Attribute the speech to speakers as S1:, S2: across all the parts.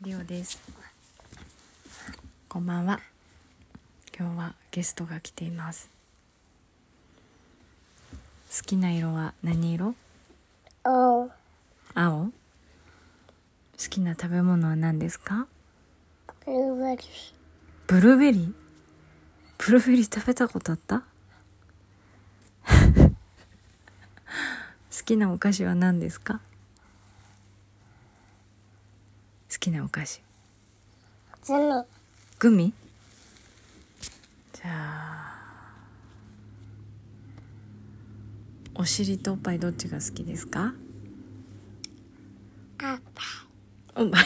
S1: りょうですこんばんは今日はゲストが来ています好きな色は何色
S2: お
S1: 青好きな食べ物は何ですか
S2: ブルーベリー
S1: ブルーベリーブルーベリー食べたことあった 好きなお菓子は何ですか好きなお菓子
S2: ゼミ
S1: グミじゃあお尻とおっぱいどっちが好きですか
S2: あっ
S1: おっぱい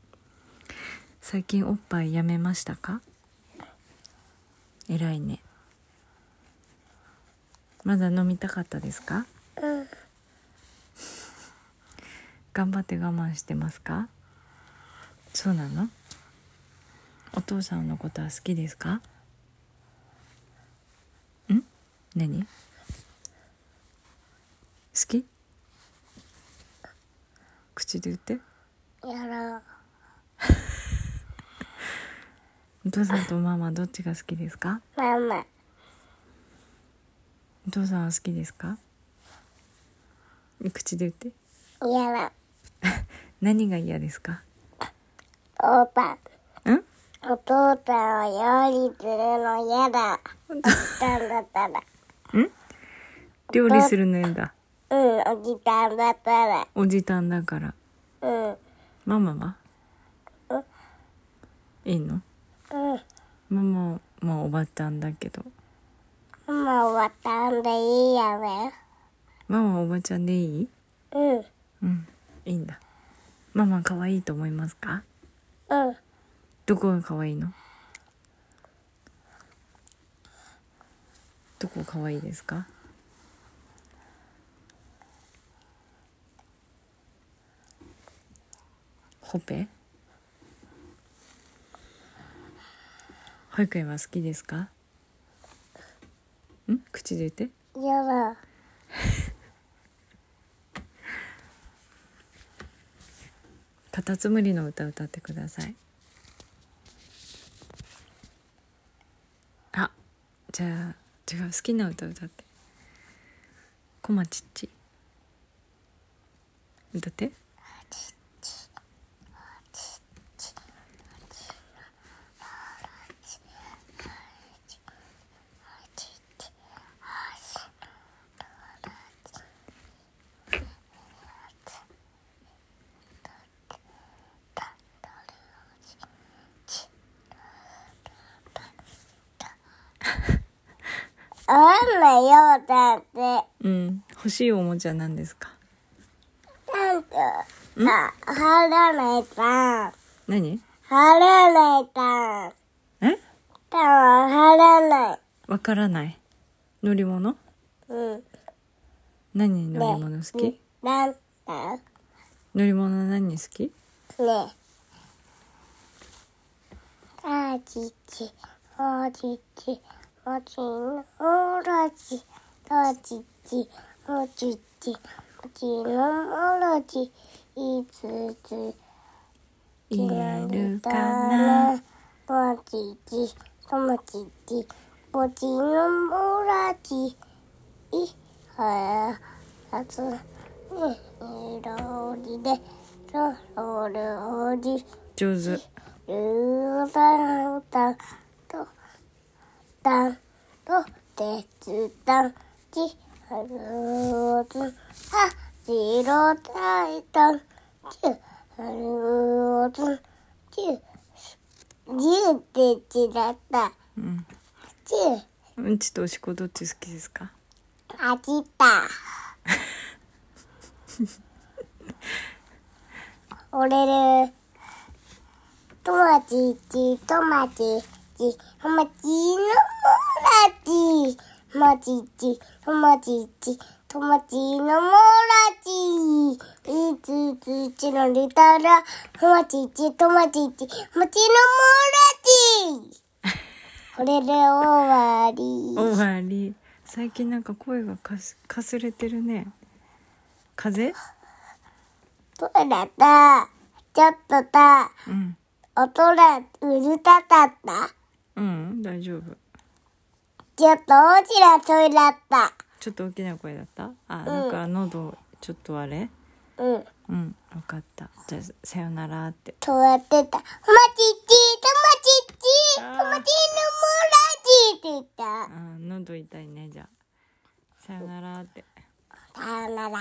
S1: 最近おっぱいやめましたか偉いねまだ飲みたかったですか
S2: たうん
S1: 頑張って我慢してますかそうなのお父さんのことは好きですかん何好き口で言って
S2: やろう
S1: お父さんとママどっちが好きですか
S2: ママ
S1: お父さんは好きですか口で言って
S2: やろう
S1: 何が嫌ですか
S2: おば
S1: ん
S2: お父さんを料理するの嫌だおじさんだったら
S1: 料理するの嫌だ
S2: うんおじさんだったら
S1: おじたんだから
S2: うん
S1: ママはいいの
S2: うん
S1: ママまあおばちゃんだけど
S2: もう終わったんでいいやね
S1: ママはおばちゃんでいい
S2: うんうん
S1: うんいいんだママ可愛いと思いますかどこが可愛いのどこ可愛いですかほっぺ保育園は好きですかん口で言って
S2: やろう
S1: カタツムリの歌歌ってくださいあじゃあ違う好きな歌歌ってこまちっち歌って
S2: あんなよだって
S1: うん欲しいおもちゃなんですか
S2: なんかあはらないさん
S1: 何
S2: はらないさん
S1: え
S2: たははらない
S1: わからない乗り物
S2: うん
S1: 何
S2: ね
S1: 乗り物好き、
S2: ねなんだ
S1: 乗り物何好き
S2: ねあじちおじちおじのおろじおじちおじちおじのおろじいつつ
S1: いるかな
S2: ぼちちともちちぼちのもらちいはやつにいろおじでろろるおじ
S1: 上手
S2: るたんたんとたんとてつたんちはるつあじろたいたんちはるつちじってちだった
S1: うん
S2: ち
S1: うんちとおしっこどっち好きですか
S2: あじた折れるトマチチトマチチトマチのモラチトマチチトマチチトマチのモラチいつつちのりたらトマチチトマチチトマチのモラチこれで終わり。
S1: 終わり最近なんか声がかすかすれてるね風邪
S2: トイレだ。ちょっとさ、
S1: うん
S2: 音がうるさかった。
S1: うん大丈夫
S2: ちょっと大きな声だった。
S1: ちょっと大きな声だったあだから喉ちょっとあれ
S2: うん。
S1: うん分かったじゃあさよならって
S2: とわってた。ほまちっち、とまちっち、と
S1: あー
S2: まちのもらちって言った
S1: あ。ー喉痛いねじゃあさよならって
S2: さよなら。